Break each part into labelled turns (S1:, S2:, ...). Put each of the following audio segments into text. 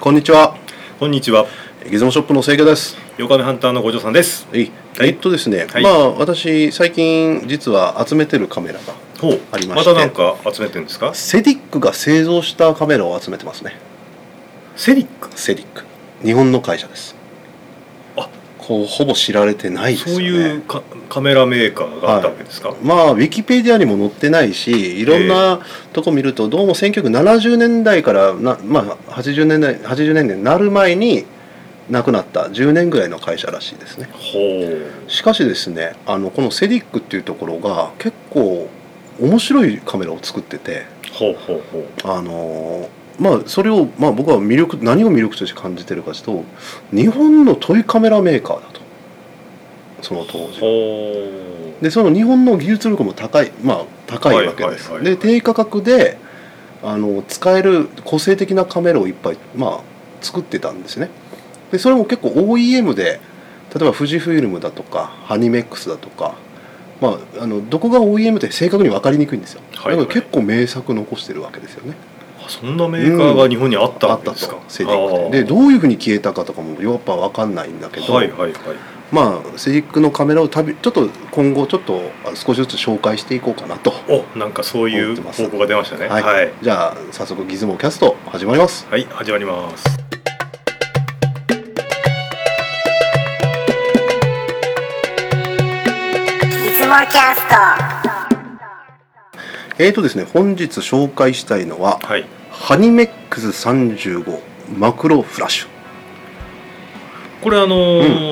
S1: こんにちは。
S2: こんにちは。
S1: ギズモショップの清家です。
S2: ヨガメハンターの五条さんです。
S1: はい、
S2: はい
S1: えっとですね、
S2: はい
S1: まあ私最近実は集めてるカメラが
S2: ほう
S1: ありま
S2: ま
S1: して
S2: たなんか集めてるんですか。
S1: セディックが製造したカメラを集めてますね。
S2: セリック。
S1: セディック、日本の会社です。
S2: あ、
S1: こうほぼ知られてないです
S2: そう
S1: よね。
S2: いうカカメラメーカーがあったわけですか。
S1: まあウィキペディアにも載ってないしいろんなとこ見るとどうも1970年代からな、まあ、80年代80年代になる前に亡くなった10年ぐらいの会社らしいですね
S2: ほ
S1: しかしですねあのこのセディックっていうところが結構面白いカメラを作ってて
S2: う。ほうほうほう。
S1: あのーまあそれを、まあ、僕は魅力何を魅力として感じてるかというと日本のトイカメラメーカーだとその当時
S2: ほう。
S1: でその日本の技術力も高いまあ高いわけです、
S2: はいはいはいは
S1: で
S2: い
S1: 低価格であの使える個性的なカメラをいっぱい、まあ、作ってたんですねでそれも結構 OEM で例えば富士フイルムだとかハニメックスだとか、まあ、あのどこが OEM って正確に分かりにくいんですよ、
S2: はいはい
S1: だから結構名作残してるわけですよね
S2: あそんなメーカーが日本にあったわけですか
S1: あっ。セディックでで
S2: う
S1: どういうふうに消えたかとかもヨーロッパは分かんないんだけど、
S2: はいはいはい。
S1: まあセディックのカメラを旅ちょっと今後ちょっとあ少しずつ紹介していこうかなと
S2: お、なんかそうい
S1: 思っ
S2: う
S1: てます
S2: 方向が出ましたね。
S1: はい
S2: はい。
S1: じゃあ早速ギズモキャスト始まります
S2: はい、始まります。
S3: いつもキャスト
S1: えーとですね本日紹介したいのは
S2: はい。
S1: ハニメックス35マクロフラッシュ
S2: これあの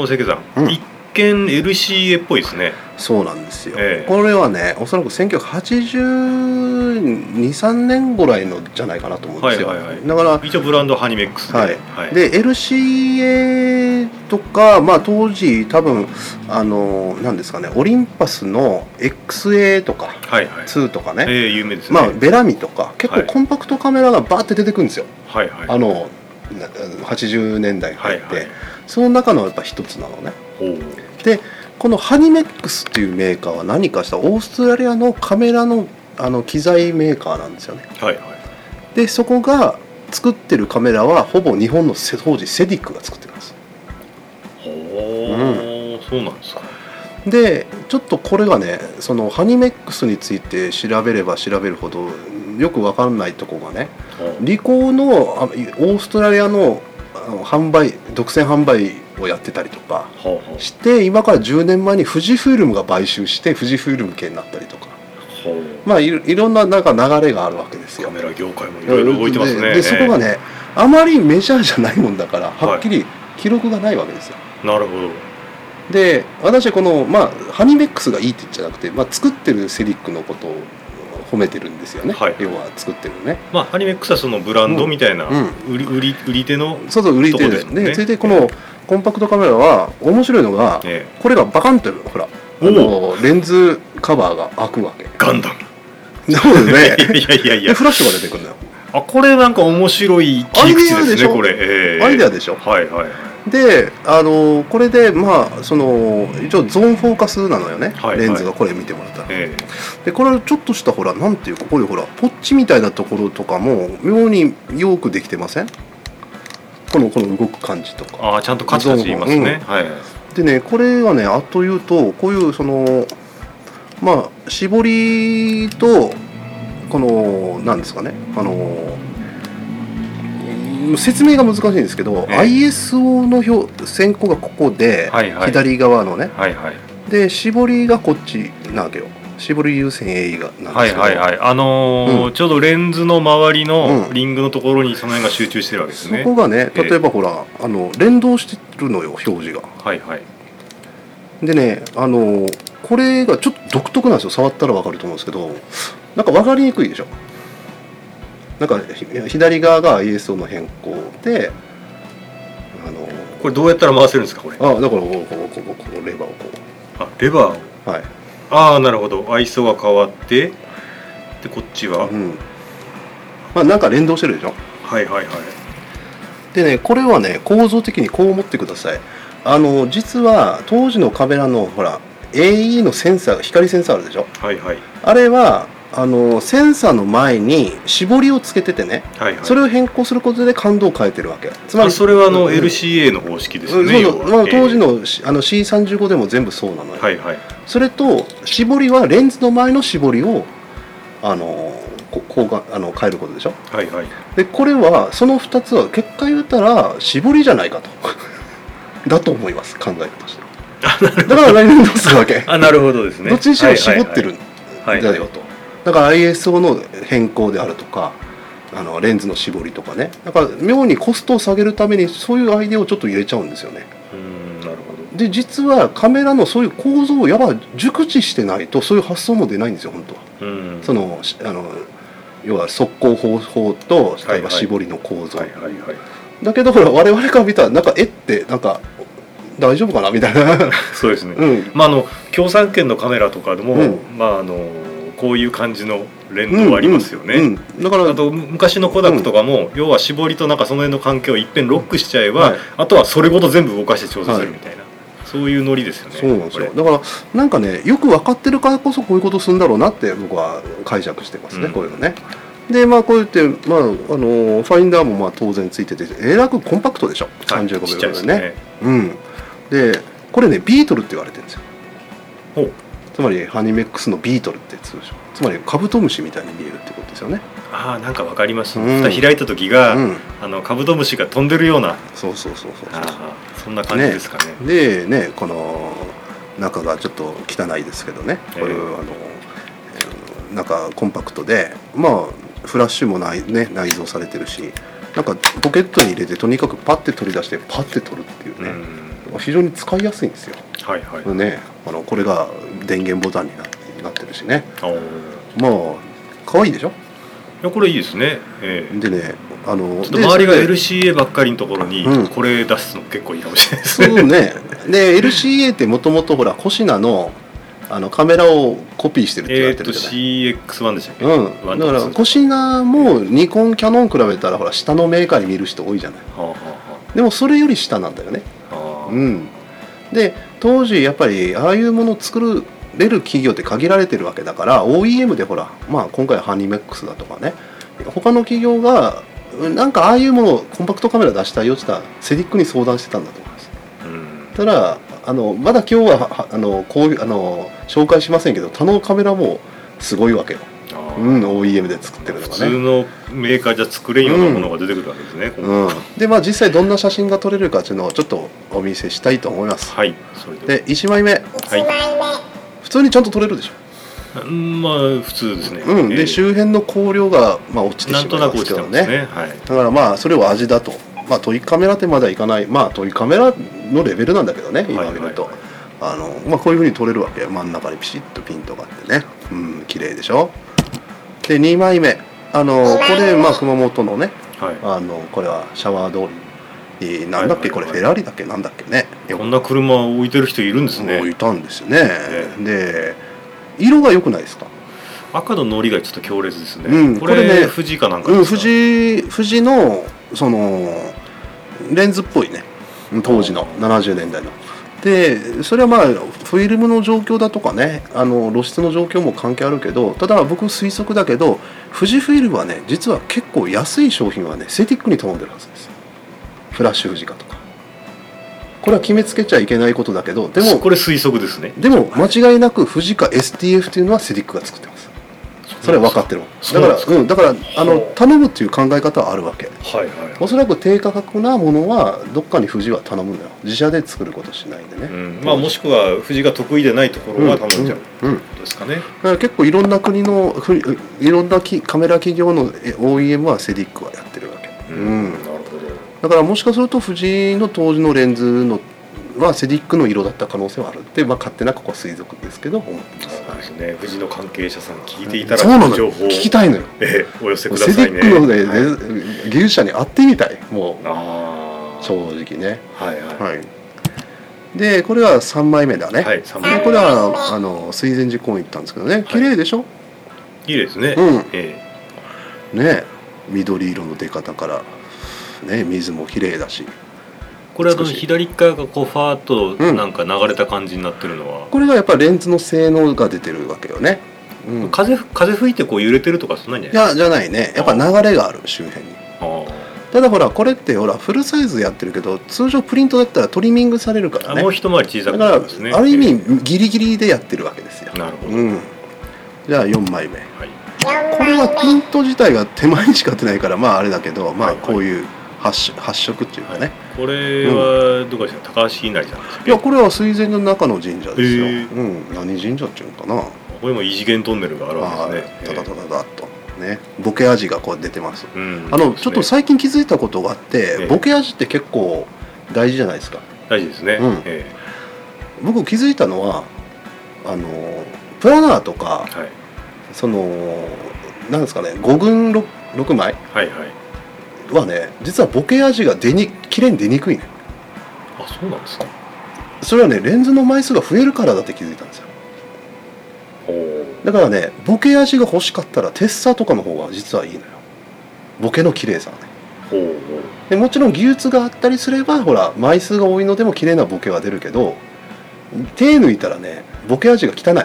S2: ー、関さ、
S1: うんん
S2: 一見 LCA っぽいですね。
S1: そうなんですよ、
S2: ええ
S1: これはねおそらく1982,3年ぐらいのじゃないかなと思うんですよ、
S2: はいはいはい
S1: だから
S2: 一応ブランドハニメックスで。
S1: はいで LCA とか、まあ、当時多分あのなんですかねオリンパスの XA とか
S2: はいはい。
S1: 2とかね、
S2: ええ有名ですね。
S1: まあ、ベラミとか結構
S2: はい
S1: コンパクトカメラがバーって出てくるんですよ、
S2: はいはい。
S1: あのな80年代に
S2: は
S1: 入っ
S2: い
S1: て、
S2: はい。
S1: その中のやっぱ一つなのね
S2: ほう。
S1: このハニメックスっていうメーカーは何かしたオーストラリアのカメラのあの機材メーカーなんですよね
S2: はいはい。
S1: でそこが作ってるカメラはほぼ日本のセ当時セディックが作ってます
S2: ほーそうなんですか。
S1: でちょっとこれがねそのハニメックスについて調べれば調べるほどよく分かんないとこがねリコーのあのいオーストラリアのあの販売独占販売をやってたりとか
S2: ほうほう
S1: して今から10年前に富士フイルムが買収して富士フイルム系になったりとか
S2: ほう
S1: まあいろいろんななんか流れがあるわけです
S2: カ
S1: よ。
S2: メラ業界もいろいろ動いてますね。
S1: ででそこがねあまりメジャーじゃないもんだから
S2: はい
S1: はっきり記録がないわけですよ。
S2: ええなるほど。
S1: で私はこの、まあ、ハニメックスがいいって言うんじゃなくて、まあ、作ってるセリックのことを褒めてるんですよね、
S2: はい
S1: 要は作ってるね。
S2: まあハニメックスはそのブランドみたいな、
S1: うん
S2: 売り売り売り手の、
S1: そうそう売り手で
S2: とこです
S1: す
S2: もんね
S1: でそれでこのコンパクトカメラは面白いのが
S2: え
S1: これがバカンとほらあ
S2: お
S1: のレンズカバーが開くわ け
S2: えガンダム。
S1: そう
S2: いや
S1: で
S2: い
S1: すね
S2: やいやい
S1: で
S2: や。
S1: フラッシュが出てくるのよ
S2: あこれなんか面白い切り口
S1: アイデア
S2: で
S1: ですし
S2: ね
S1: ょ
S2: これ。ええ
S1: アイデアでしょ
S2: はいはいはい。
S1: であのこれでまあその一応ゾーンフォーカスなのよね、
S2: はいはい
S1: レンズがこれ見てもらったら
S2: え
S1: でこれちょっとしたほらなんていうかこういうほらポッチみたいなところとかも妙によくできてませんこのこの動く感じと
S2: え
S1: か
S2: ああちゃんとカチカチ言いますね。はい。
S1: でねこれはねあっというとこういうそのまあ絞りとこのなんですかねあのうん説明が難しいんですけど、
S2: ええ
S1: ISO の表先行がここで、
S2: はいはい
S1: 左側のね
S2: はいはい
S1: で絞りがこっちなわけよ絞り優先 AE がなんで
S2: は
S1: す
S2: い
S1: けど、
S2: はいはいあのー
S1: う
S2: ちょうどレンズの周り
S1: う
S2: の
S1: ん
S2: リングのところにその辺が集中してるわけです
S1: そ
S2: ね
S1: こ。がね
S2: ええ
S1: 例えばほら、あの連動してるのよ表示が
S2: はいはい。
S1: でねあのこれがちょっと独特なんですよ触ったらわかると思うんですけどなんか分かりにくいでしょなんかひ左側が ISO の変更であの
S2: これどうやったら回せるんですかこれ。
S1: あだからこうこうこうこうこうレバーをこ
S2: あレバーを
S1: うはい、
S2: ああなるほど愛想が変わってでこっちは、
S1: うん、まあなんか連動してるでしょ
S2: はいはいはい
S1: でねこれはね構造的にこう思ってくださいあの実は当時のカメラのほら AE のセンサー光センサーあるでしょ
S2: はいはい
S1: あれはあのセンサーの前に絞りをつけててね
S2: はいはい
S1: それを変更することで感度を変えてるわけつま
S2: ま
S1: り
S2: あ、それはあの
S1: うん
S2: LCA の方式です
S1: う
S2: よ
S1: ん
S2: ね、
S1: そう
S2: 要
S1: そう
S2: は
S1: まあ
S2: ええ
S1: 当時のしあの C35 でも全部そうなのよ、
S2: はいはい
S1: それと絞りはレンズの前の絞りをあのここうがあの変えることでしょ
S2: はいはい
S1: でこれはその2つは結果言うたら絞りじゃないかと だと思います考えとしてだから来年どうするわけ、
S2: あなるほど ですね
S1: どっちにしろ絞ってるん
S2: は
S1: だ
S2: いはいはい
S1: よとだから ISO の変更であるとかあのレンズの絞りとかねだから妙にコストを下げるためにそういうアイデアをちょっと入れちゃうんですよね
S2: うーんなるほど
S1: で実はカメラのそういう構造をやば熟知してないとそういう発想も出ないんですよ本当は
S2: うん
S1: そのしあの要は速攻方法と例え
S2: はいは
S1: ば
S2: い
S1: 絞りの構造、
S2: はいはいはい
S1: だけどほら我々から見たらなんか絵ってなんか大丈夫かなみたい な
S2: そうですね、
S1: うん
S2: まああの共産圏のカメラとかでも、
S1: うん
S2: まああのこういう感じのレンドはありますよね、
S1: うんうんだから
S2: あとむ昔のコダックとかも、要は絞りとなんかその辺の環境をいっぺんロックしちゃえば、
S1: はい
S2: あとはそれごと全部動かして調整するみたいな、そういうノリですよね
S1: そうなんですよ
S2: こ
S1: だからなんかねよく分かってるからこそこういうことするんだろうなって僕は解釈してますね、
S2: うん
S1: こういうのねでまあこうやって、まあ、あのファインダーもまあ当然ついててえらくコンパクトでしょ
S2: れはい
S1: 35
S2: ちっち
S1: 秒
S2: ゃいで
S1: ですね,、
S2: ね
S1: うんでこれねビートルって言われてるんですよ
S2: ほう
S1: つまりハニメックスのビートルってやつでしょつまりカブトムシみたいに見えるってことですよね
S2: ああなんかわかりました、
S1: うん
S2: 蓋開いた時が、
S1: うん
S2: あのカブトムシが飛んでるような
S1: そうそうそうそうそう
S2: あーそんな感じですかね
S1: でねこの中がちょっと汚いですけどねこれ、
S2: ええ
S1: あのえー中コンパクトでまあフラッシュもない、ね、内蔵されてるしなんかポケットに入れてとにかくパッて取り出してパッて取るっていう
S2: う
S1: ね、
S2: ん
S1: 非常に使いやすいんですよ、
S2: はいはい、
S1: ね、あのこれが電源ボタンになってなってるしね
S2: おーい
S1: まあ可愛いでしょ
S2: やこれいいですね、ええ
S1: でねあの
S2: ちょっと周りが
S1: で
S2: LCA ばっかりのところに
S1: うん
S2: これ出すの結構いいかもしれないです
S1: そ
S2: ね、
S1: うねで LCA ってもともとほらコシナのあのカメラをコピーしてるって言わ
S2: え
S1: れ
S2: ー
S1: て
S2: っ
S1: る
S2: と
S1: じゃない
S2: CX1 でしたっけ、
S1: うん、だからコシナもニコンキャノン比べたらほら下のメーカーに見る人多いじゃない
S2: はあは
S1: でもそれより下なんだよね
S2: あはああー
S1: うんで当時やっぱりああいうものを作れる企業って限られてるわけだから OEM でほら、まあ、今回ハニメックスだとかね他の企業がうんなんかああいうものをコンパクトカメラ出したいよって言ったらセディックに相談してたんだと思います
S2: うん
S1: ただあのまだ今日ははあのこういうあの紹介しませんけど他のカメラもすごいわけよ、
S2: あー
S1: うん、OEM で作ってるの
S2: 普
S1: が
S2: 通
S1: ね、
S2: のメーカーじゃ作れんようなものが出てくるわけですね、今後
S1: うん、でまあ実際どんな写真が撮れるかっていうのをちょっとお見せしたいと思います
S2: はいそれで
S1: で1枚目
S2: はい
S3: 1枚目
S1: 普通にちゃんと撮れるでしょ、
S2: うんまあ普通ですね、
S1: うん、
S2: え
S1: で
S2: え
S1: 周辺の光量が、まあ、落ちて
S2: な
S1: し
S2: んと
S1: まい
S2: な
S1: ま
S2: く落
S1: す
S2: ち
S1: け
S2: て
S1: ど
S2: ますね
S1: ね
S2: はい
S1: だからまあそれを味だと、まあ、トイカメラってまだいかないまあトイカメラのレベルなんだけどね今見ると、
S2: はいはい
S1: あのまあ、こういうふうに撮れるわけ真ん中にピシッとピントがあってねうん綺麗でしょで2枚目あのこれ、まあ、熊本のね
S2: はいはい
S1: あのこれはシャワー通りになんだっけこれフェラーリだっけなんだっけね
S2: こんな車を置いてる人いるんです
S1: もう
S2: ね
S1: いたんですよねで色が良くないですか
S2: 赤のノリがちょっと強烈ですね、
S1: うん
S2: こ
S1: こ
S2: れ
S1: れね
S2: 富士かなんか
S1: うん
S2: ですか
S1: 富士富士のそのレンズっぽいね当時の70年代の。でそれはまあフィルムの状況だとかねあの露出の状況も関係あるけどただ僕推測だけど富士フィルムはね実は結構安い商品はねセティックに頼んでるはずですフラッシュ富士かとかこれは決めつけちゃいけないことだけどでも
S2: これ推測ですね
S1: でも間違いなく富士か STF というのはセティックが作ってますそれは分かってるわ
S2: そう
S1: だか
S2: なん
S1: ら
S2: です
S1: うんだからあの
S2: ほう
S1: 頼むっていう考え方はあるわけ
S2: はいはい
S1: おそらく低価格なものはどっかに富士は頼むんだよ自社で作ることしないでね、
S2: うんまあ、もしくは藤が得意でないところは頼んじゃう
S1: うんうんうん
S2: ことですかね、
S1: だから結構いろんな国のふいろんなきカメラ企業のえ OEM はセディックはやってるわけ、うん
S2: なるほど
S1: だからもしかすると富士の当時のレンズのはセディックの色だった可能性はあるって、まあ、勝手なここは推測ですけど思ってます、
S2: そうですね藤の関係者さん聞いていたら
S1: そうなの
S2: 情
S1: よ
S2: 報を
S1: 聞きたいのよ
S2: ええお寄せくだ
S1: セ
S2: さ
S1: デ
S2: い
S1: ィ
S2: ね
S1: ックの、ねね技術者に会ってみたいもう
S2: ああ
S1: 正直ね
S2: はいはい
S1: はい、でこれは3枚目だね、
S2: はい三
S1: で
S2: 枚
S1: これはあの水前寺公園行ったんですけどね綺麗でしょ、
S2: いいですね、
S1: うん
S2: え
S1: ね緑色の出方から、ね、水も綺麗だし
S2: えこれはあの
S1: 美しい
S2: 左側がこうファーっとなんか流れた感じになってるのは、
S1: これがやっぱりレンズの性能が出てるわけよねうんい
S2: 風風吹いてこう揺れてるとかそんなんじゃない
S1: やじゃないねやっぱ流れがある周辺に
S2: あー
S1: ただほらこれってほらフルサイズやってるけど通常プリントだったらトリミングされるから
S2: あ
S1: ね
S2: もう一回り小さ
S1: だ
S2: く
S1: か
S2: な
S1: ら、
S2: るんですね
S1: ある意味ギリギリでやってるわけですよ、
S2: なるほど、
S1: うん、じゃあ4枚目
S2: はい
S3: 4
S1: これはプ
S3: 枚
S1: リ
S3: 目
S1: ント自体が手前にしかってないからまああれだけどまあ
S2: はいはい
S1: こういう発色発色っていうかね、い
S2: これはどこですか、高橋稲荷さんです
S1: やこれは水前の中の神社ですよ、
S2: へえ
S1: うん、何神社っていうのかな
S2: これも異次元トンネルがあ
S1: はい
S2: るんですね
S1: ダダダダダッとねボケ味がこう出てます
S2: うん
S1: あの
S2: そうですね
S1: ちょっと最近気づいたことがあって
S2: ええ
S1: ボケ味って結構大事じゃないですか
S2: 大事ですね、
S1: うん
S2: え
S1: 僕気づいたのはあのプラナーとか
S2: えはい
S1: そのなんですかね5軍 6, 6枚
S2: はいはい
S1: はね実はボケ味が出に綺麗に出にくいね
S2: あそうなんですか
S1: それはねレンズの枚数が増えるからだって気づいたんですよ
S2: おー
S1: だからねボケ味が欲しかったらテッサとかの方が実はいいのよボケの綺麗さはね
S2: おーおー
S1: でもちろん技術があったりすればほら枚数が多いのでも綺麗なボケは出るけど手抜いたらねボケ味が汚い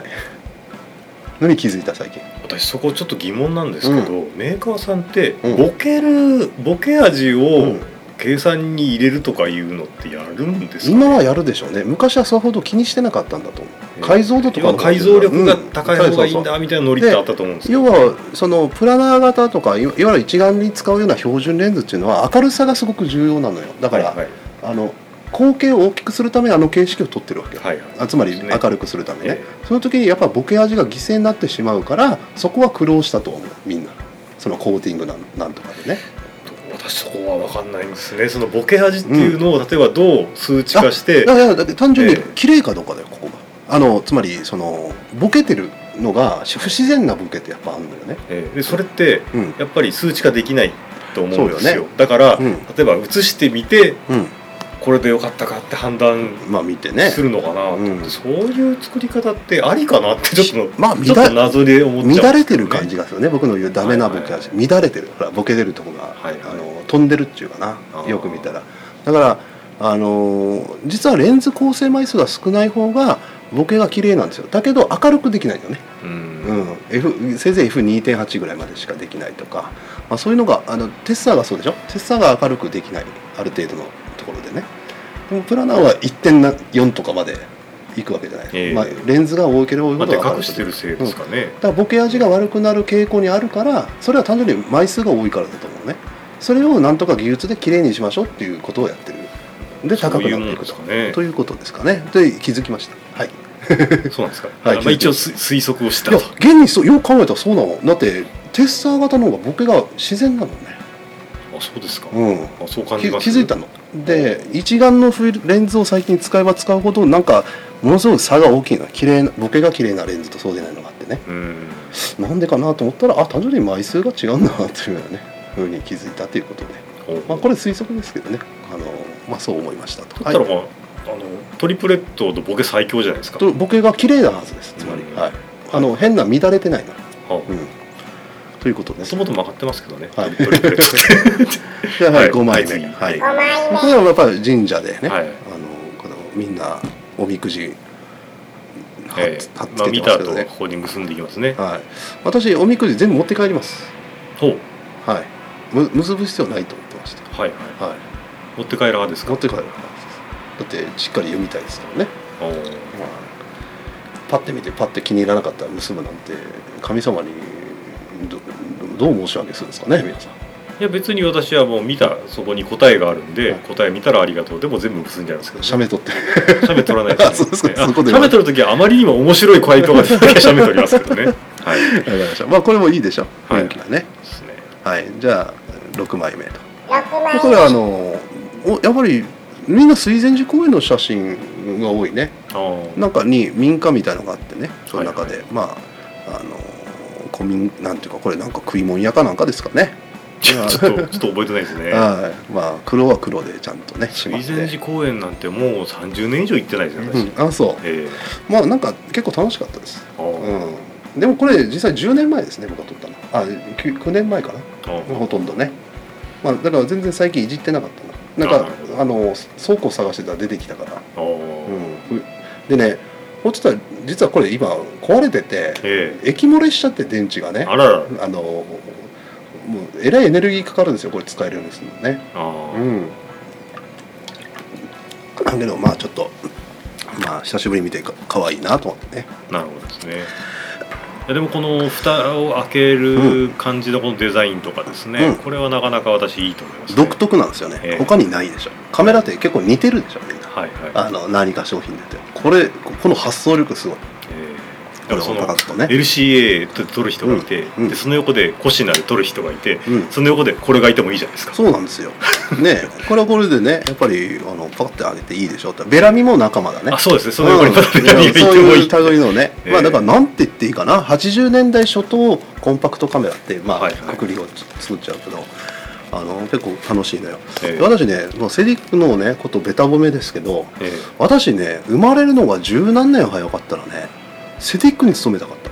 S1: のに気づいた最近
S2: 私そこちょっと疑問なんですけど、メーカーさんって
S1: うん
S2: ボケる、ボケ味
S1: う
S2: を
S1: ん
S2: 計算に入れるとかいうのってやるんですか、
S1: 今はやるでしょうね昔はさほど気にしてなかったんだと思う解像度とか
S2: 要
S1: の
S2: は
S1: 方が
S2: 解像力が高い方
S1: うん
S2: がいい
S1: そうそうそう
S2: だみたいなノリってあったと思うんですけど
S1: 要はそのプラナー型とかいわいわゆる一眼に使うような標準レンズっていうのは明るさがすごく重要なのよだから、
S2: はいはい
S1: あの光景を大きくするためにあの形式を取ってるわけよ、
S2: はいはい
S1: あつまり
S2: そうですね
S1: 明るくするためね
S2: え
S1: その時にやっぱボケ味が犠牲になってしまうからそこは苦労したと思うみんなそのコーティングなんなんとかでね
S2: 私そこは分かんないんですねそのボケ味っていうのを、例えばどう数値化して
S1: いやいやだって単純に
S2: ええ
S1: 綺麗かどうかだよここがあのつまりそのボケてるのが不自然なボケってやっぱあるんだよね
S2: ええでそれって
S1: うん
S2: やっぱり数値化できないと思うんです
S1: そう
S2: よ
S1: よね
S2: だから、
S1: うん
S2: 例えば映してみて
S1: う
S2: これでよかったかって判断
S1: んまあ見てね
S2: するのかなと思って、
S1: うん
S2: そういう作り方ってありかなってちょっと、
S1: まあ
S2: ちょっと
S1: 乱
S2: 謎で思っちゃうんですけどね
S1: 乱れてる感じがするね僕の言うダメなボケ
S2: はい
S1: 味乱れてるほらボケてるとこが、
S2: はいはい
S1: あの飛んでるっていうか
S2: あ
S1: な
S2: ー
S1: よく見たらだからあのー実はレンズ構成枚数が少ない方がボケが綺麗なんですよだけど明るくできないよね、
S2: う、
S1: うんん F、せいぜい F2.8 ぐらいまでしかできないとか、まあ、そういうのがあのテッサーがそうでしょテッサーが明るくできないある程度のところでねでもプラナーは1.4とかまでいくわけじゃない
S2: ええ
S1: まあ、レンズが多ければ多い
S2: ま
S1: ほ
S2: あ
S1: ど
S2: で
S1: 明るく
S2: 隠してるせいですか
S1: だ
S2: ね、
S1: からボケ味が悪くなる傾向にあるからそれは単純に枚数が多いからだと思うねそれをなんとか技術できれいにしましょうっていうことをやってるで
S2: そ
S1: 高
S2: う
S1: く
S2: いう
S1: なっ
S2: も
S1: て
S2: ん
S1: い
S2: で
S1: く
S2: す
S1: と
S2: かね
S1: ということですかねで気づきましたはい
S2: そうなんですか、
S1: はい
S2: まあ、一応す推測をした
S1: いや
S2: と
S1: 現にそうよく考えたらそうなのだってテッサー型の方がボケが自然なのね
S2: あそうですか、
S1: うん
S2: あそう感
S1: き
S2: じます
S1: 気づいたので一眼のフレンズを最近使えば使うほどなんかものすごく差が大きいの綺麗なボケが綺麗なレンズとそうでないのがあってね
S2: うん
S1: なんでかなと思ったらあ単純に枚数が違うんだなというようなねふうに気づいたということで、まあ、これ推測ですけどねあの、まあ、そう思いましたと。
S2: だったら
S1: はい
S2: まあ、あのトリプレットのボケ最強じゃないですか。
S1: とボケが綺麗なはずですつまり、
S2: うん
S1: はい、あの変な乱れてないな、う
S2: も
S1: ん、ということで
S2: ともと曲がってますけどね。
S1: はい
S2: トリプレットって。
S1: じゃあ、はい、
S2: はい
S1: 5枚
S2: はい
S1: 目、
S2: 次
S1: はい、こ
S3: 5枚目
S1: れはやっぱり神社でね、
S2: はい
S1: あのこのみんなおみくじ貼っ
S2: え
S1: つ
S2: え
S1: 貼っつ
S2: まあ
S1: けて
S2: 見
S1: ま
S2: た
S1: すけど
S2: 後
S1: ね
S2: こ、こに結んでいきますね。
S1: はい、私おみくじ全部持って帰ります、
S2: ほう
S1: はい、む結ぶ必要ないと思ってまし
S2: はいはい。
S1: た、はい、
S2: 持って帰る派ですか。
S1: 持って帰る派ですだってしっかり読みたいですからね、
S2: おー
S1: パッて見てパッて気に入らなかったら結ぶなんて神様にどどう申し訳するんですかね皆さん
S2: いや別に私はもう見たそこに答えがあるんで、
S1: はい
S2: 答え見たらありがとうでも全部結んじゃうんですけど、
S1: 写メ撮って
S2: 写メ取らないで す、
S1: あそうですか
S2: あ
S1: そこで
S2: 写メ取る時はあまりにも面白い回答が出てきて写メ取りますけ どねはい
S1: わかりましたまあこれもいいでしょ
S2: はい
S1: 雰囲気がね
S2: ですね
S1: はい、じゃあ6枚目と
S3: 6枚目
S1: これはあのおやっぱりみんな水前寺公園の写真が多いね
S2: あー
S1: 中に民家みたいのがあってねその中で、
S2: は
S1: まああの古民なんていうかこれなんか食い物屋かなんかですかね
S2: ちょっとちょっと覚えてないですね
S1: はい、まあ黒は黒でちゃんとねし
S2: 水
S1: まって
S2: 前寺公園なんてもう30年以上行ってないですよね、私
S1: うん、あそう
S2: ええ
S1: まあなんか結構楽しかったです、
S2: あー
S1: うん、でもこれ実際10年前ですね僕が撮ったのあ 9, 9年前かな
S2: あー
S1: ほとんどね、まあ、だから全然最近いじってなかったななん
S2: あなるほ
S1: かあの倉庫探してたら出てきたから、
S2: あー
S1: うん、でねこれちょっと実はこれ今壊れてて
S2: え
S1: 液漏れしちゃって電池がね
S2: えあらら
S1: あのもうえらいエネルギーかかるんですよこれ使えるようにするのね
S2: あ
S1: う
S2: ー
S1: んだけどまあちょっとまあ久しぶりに見てか可愛いなと思ってね
S2: なるほどですねいやでもこの蓋を開ける感じのこのデザインとかですね、
S1: うん
S2: これはなかなか私いいと思います、ね、
S1: 独特なんですよね、
S2: ええ
S1: 他にないでしょカメラって結構似てるでしょみんな
S2: はいはい
S1: あの何か商品出てこれこの発想力すごい
S2: え
S1: これ
S2: えだからそ
S1: を
S2: の
S1: 高くとね、
S2: LCA で撮る人がいて、
S1: うんうん
S2: でその横でコシナで撮る人がいて
S1: うん、
S2: その横でこれがいてもいいじゃないですか
S1: そうなんですよねこれはこれでねやっぱりあのパッて上げていいでしょってベラミも仲間だね
S2: あそうですねそ
S1: うん
S2: の横に撮る人がいて
S1: そう
S2: もい
S1: い
S2: いう
S1: 類のね、
S2: ええ
S1: まあだからなんて言っていいかな80年代初頭コンパクトカメラってまあ
S2: はいはい
S1: 隔離を作っちゃうけどあの結構楽しいのよ、
S2: ええ
S1: 私ねもうセディックのねことベタ褒めですけど
S2: え
S1: 私ね生まれるのが十何年早かったらねセディックに勤めたかった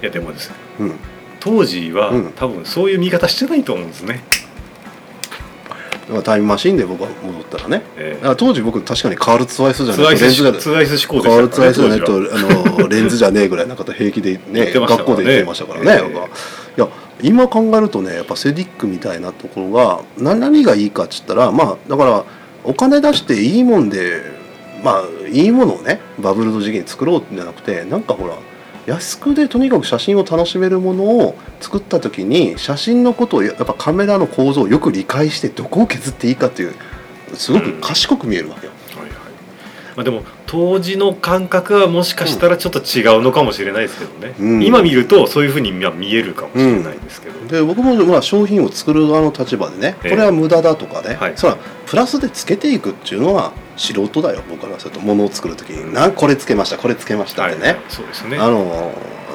S2: えいやでもですね
S1: うん
S2: 当時は、
S1: うん
S2: 多分そういう見方してないと思うんですね、
S1: だからタイムマシンで僕は戻ったらね
S2: え
S1: だ
S2: え
S1: から当時僕確かにカールツワイスじゃ
S2: ツ
S1: な
S2: ア
S1: い
S2: イ
S1: とレンズが
S2: スツアイス志向で
S1: カール
S2: し
S1: ツワ
S2: た
S1: イス
S2: か
S1: じ
S2: ら
S1: ゃな
S2: ね
S1: いとあのレンズじゃねえぐらいなんか平気で
S2: 言っ
S1: ね
S2: てましたか
S1: 学校
S2: らね
S1: で言ってましたからね、
S2: ええ
S1: 僕はいや今考えるとねやっぱセディックみたいなところがな何がいいかっつったらまあだからお金出していいもんでまあいいものをねバブルの時期に作ろうってんじゃなくてなんかほら安くでとにかく写真を楽しめるものを作った時に写真のことをややっぱカメラの構造をよく理解してどこを削っていいかっていうすごく賢く見えるわけよ。
S2: はいはいまあ、でも当時の感覚はもしかしたらちょっと違うのかもしれないですけどね、
S1: うん
S2: 今見るとそういうふうにまあ見えるかもしれないですけど、
S1: で僕もまあ商品を作る側の立場でねこ
S2: ええ
S1: れは無駄だとかね、
S2: はい
S1: それはプラスでつけていくっていうのは素人だよ僕からすると物を作る時に「なんこれつけましたこれつけました」
S2: は
S1: っ
S2: い
S1: てね、
S2: そうですね
S1: あの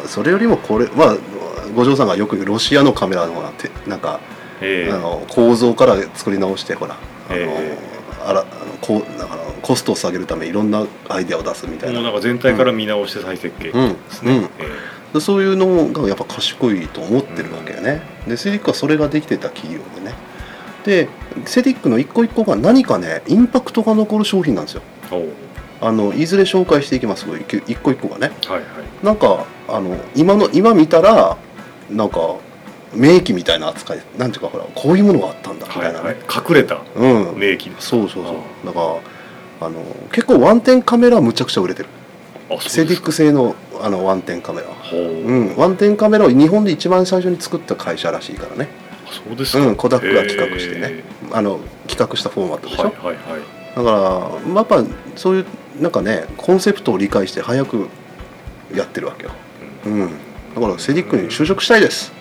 S1: それよりもこれまあ五条さんがよく言うロシアのカメラのほらてなんか、
S2: ええ
S1: あの構造から作り直してほらあの、
S2: え
S1: あらあのこうだからコストを下げるためにいろんなアイデアを出すみたい
S2: もうな
S1: な。
S2: んか全体から見直して再設計
S1: うん
S2: ですね、
S1: うん
S2: え
S1: でそういうのがやっぱ賢いと思ってるわけよね、でセディックはそれができてた企業でねでセディックの一個一個が何かねインパクトが残る商品なんですよ
S2: えおう
S1: あのいずれ紹介していきます一個一個一個がね
S2: はいはい
S1: なんかあの今の今見たらなんか名機みたいな扱いなんていうかほらこういうものがあったんだみた
S2: はいい
S1: なね、
S2: はい隠れた
S1: うん
S2: 名機です
S1: そうそう
S2: あ
S1: そうだからあの結構ワンテンカメラはむちゃくちゃ売れてる
S2: あそ
S1: セ
S2: う
S1: デ
S2: で
S1: ィ
S2: す
S1: ッ
S2: か
S1: ク製のあのワンテンカメラは
S2: ほう、
S1: うん、ワンテンカメラを日本で一番最初に作った会社らしいからね、
S2: あそうですか、
S1: うん、コダックが企画してね
S2: え、
S1: あの企画したフォーマット
S2: え
S1: でしょ、
S2: はいはいはい
S1: だから、まあ、やっぱそういうなんかねコンセプトを理解して早くやってるわけよ、うん、だからセディックに就職したいです、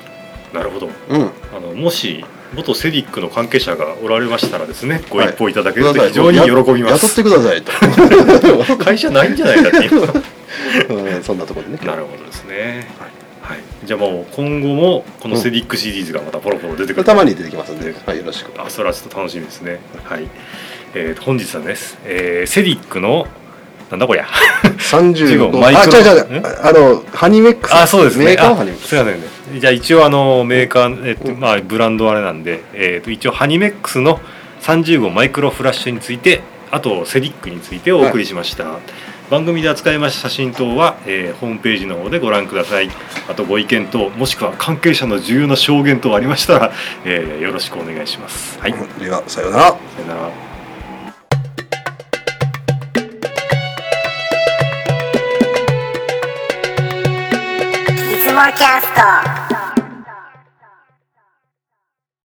S2: なるほど
S1: うん
S2: あのもし元セディックの関係者がおられましたらですねご
S1: はい
S2: 一報いただけると非常に喜びま
S1: 雇って
S2: す、
S1: くださいと、
S2: 会社ないんじゃないかって いう
S1: うん、そんなところでね
S2: なるほどですねはい、じゃあもう今後もこのセディックシリーズがまたポロポロ出てくる
S1: たまに出てきますんで、はい、よろしく
S2: あそれはちょっと楽しみですねはい、えー、本日はです、えー、セディックのなんだこりゃ
S1: 35
S2: マイク
S1: あ
S2: ロ
S1: 違う違うあのハニーメックス
S2: あそうですね
S1: メーカー
S2: あ
S1: はハニーメックス
S2: すいませんねじゃあ一応あのメーカー、えっと
S1: うん
S2: まあ、ブランドあれなんで、えー、と一応ハニメックスの35マイクロフラッシュについてあとセディックについてお送りしました、番組で扱いました写真等は、えーホームページの方でご覧くださいあとご意見等もしくは関係者の重要な証言等ありましたら、えーよろしくお願いしますはい、
S1: うんではさようなら
S2: さよなら
S3: いつもキャスト